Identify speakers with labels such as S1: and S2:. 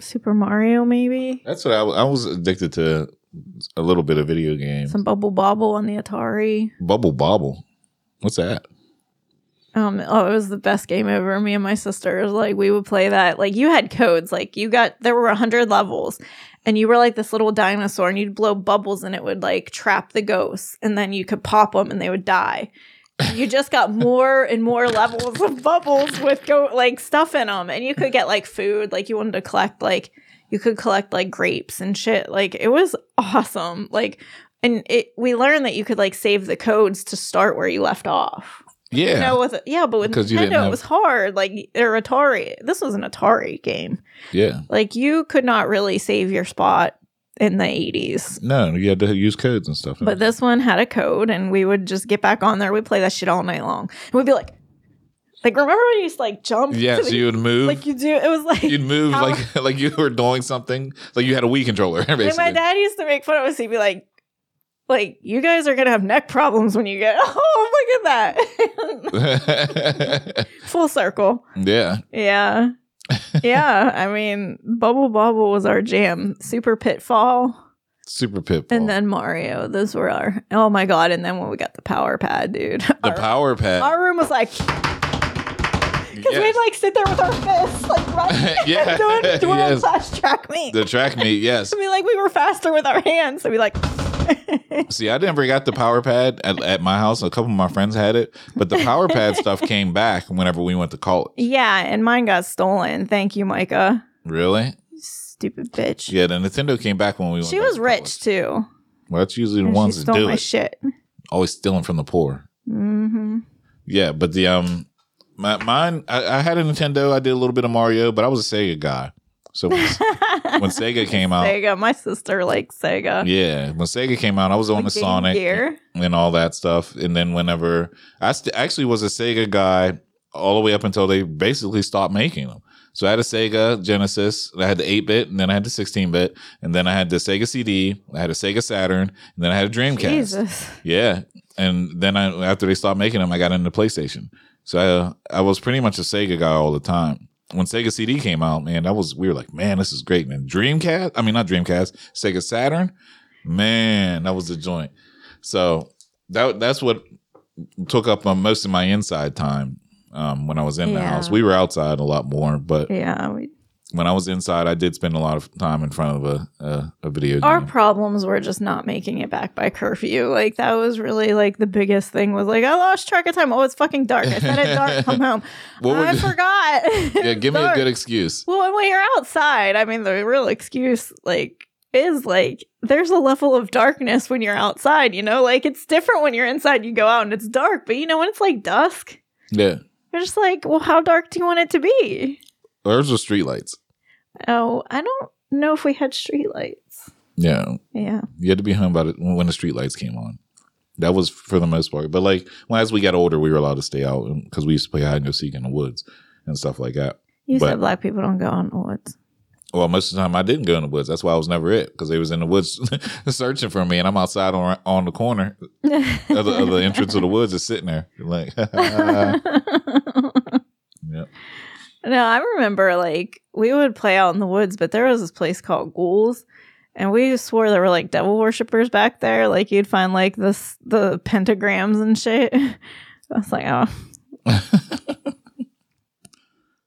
S1: Super Mario, maybe
S2: That's what I, wa- I was addicted to a little bit of video game.
S1: some Bubble Bobble on the Atari.
S2: Bubble Bobble. What's that?
S1: Um, oh, it was the best game ever. Me and my sisters, like, we would play that. Like, you had codes. Like, you got there were a hundred levels, and you were like this little dinosaur, and you'd blow bubbles, and it would like trap the ghosts, and then you could pop them, and they would die. You just got more and more levels of bubbles with go like stuff in them, and you could get like food. Like, you wanted to collect like you could collect like grapes and shit. Like, it was awesome. Like, and it we learned that you could like save the codes to start where you left off.
S2: Yeah.
S1: You know, with yeah, but with
S2: Because you didn't
S1: Nintendo,
S2: have-
S1: it was hard. Like or Atari, this was an Atari game.
S2: yeah.
S1: Like you could not really save your spot in the eighties.
S2: No, you had to use codes and stuff.
S1: But this one had a code, and we would just get back on there. We'd play that shit all night long. And we'd be like, like remember when you used to, like jump?
S2: yeah,
S1: to
S2: so
S1: the-
S2: you would move.
S1: like you do. It was like
S2: you'd move
S1: how-
S2: like like you were doing something. Like you had a Wii controller, basically.
S1: And my dad used to make fun of us. He'd be like, like you guys are gonna have neck problems when you get. Oh, look at that! Full circle.
S2: yeah.
S1: Yeah. yeah. I mean, Bubble Bobble was our jam. Super Pitfall
S2: Super Pitbull.
S1: and then Mario. Those were our. Oh my God. And then when we got the Power Pad, dude.
S2: the
S1: our,
S2: power pad.
S1: our room was like, because
S2: Yes.
S1: we'd like sit there with our fists, like right
S2: Yeah.
S1: doing, doing
S2: Yes.
S1: slash track meet.
S2: the track meet, yes.
S1: I mean, like we were faster with our hands. So we like,
S2: See, I never got the power pad at, at my house. A couple of my friends had it, but the power pad stuff came back whenever we went to college.
S1: yeah. And mine got stolen. Thank you, Micah.
S2: Really?
S1: Stupid bitch.
S2: Yeah, the Nintendo came back when we went
S1: she
S2: back
S1: was
S2: to
S1: rich
S2: college.
S1: too.
S2: Well, that's usually the
S1: and she
S2: ones that
S1: stole
S2: do
S1: my
S2: it.
S1: shit.
S2: Always stealing from the poor.
S1: hmm
S2: Yeah, but the um, my mine, I, I had a Nintendo. I did a little bit of Mario, but I was a Sega guy. So when, when Sega came out,
S1: Sega. My sister likes Sega.
S2: yeah, when Sega came out, I was on the
S1: Game
S2: Sonic
S1: Gear.
S2: and all that stuff. And then whenever I st- actually was a Sega guy all the way up until they basically stopped making them. So I had a Sega Genesis, I had the 8 bit, and then I had the 16 bit, and then I had the Sega CD, I had a Sega Saturn, and then I had a Dreamcast.
S1: Jesus.
S2: Yeah, and then I after they stopped making them, I got into PlayStation. So I, I was pretty much a Sega guy all the time. When Sega CD came out, man, that was we were like, man, this is great. And then Dreamcast, I mean not Dreamcast, Sega Saturn, man, that was the joint. So that that's what took up my, most of my inside time um, when I was in the
S1: Yeah.
S2: house. We were outside a lot more, but
S1: Yeah. We,
S2: when I was inside, I did spend a lot of time in front of a a, a video game.
S1: our problems were just not making it back by curfew. Like that was really like the biggest thing was like I lost track of time. Oh, it's fucking dark. I said it's dark. Come home.
S2: What were
S1: I
S2: you-
S1: forgot.
S2: yeah,
S1: It's
S2: give me a
S1: dark.
S2: good excuse.
S1: Well, when you're outside, I mean, the real excuse like is like there's a level of darkness when you're outside. You know, like it's different when you're inside. You go out and it's dark, but you know when it's like dusk,
S2: Yeah,
S1: you're just like, well, how dark do you want it to be?
S2: there's the streetlights.
S1: Oh, I don't know if we had streetlights.
S2: Yeah,
S1: Yeah.
S2: you had to be home by the, when the street lights came on. That was for the most part. But like when as we got older, we were allowed to stay out because we used to play hide and go seek in the woods and stuff like that.
S1: You
S2: But-
S1: said black people don't go on woods.
S2: Well, most of the time I didn't go in the woods. That's why I was never it because they was in the woods searching for me, and I'm outside on on the corner of the, of the entrance of the woods, just sitting there like. yeah.
S1: No, I remember like we would play out in the woods, but there was this place called Ghouls, and we swore there were like devil worshippers back there. Like you'd find like this the pentagrams and shit. I was like, oh,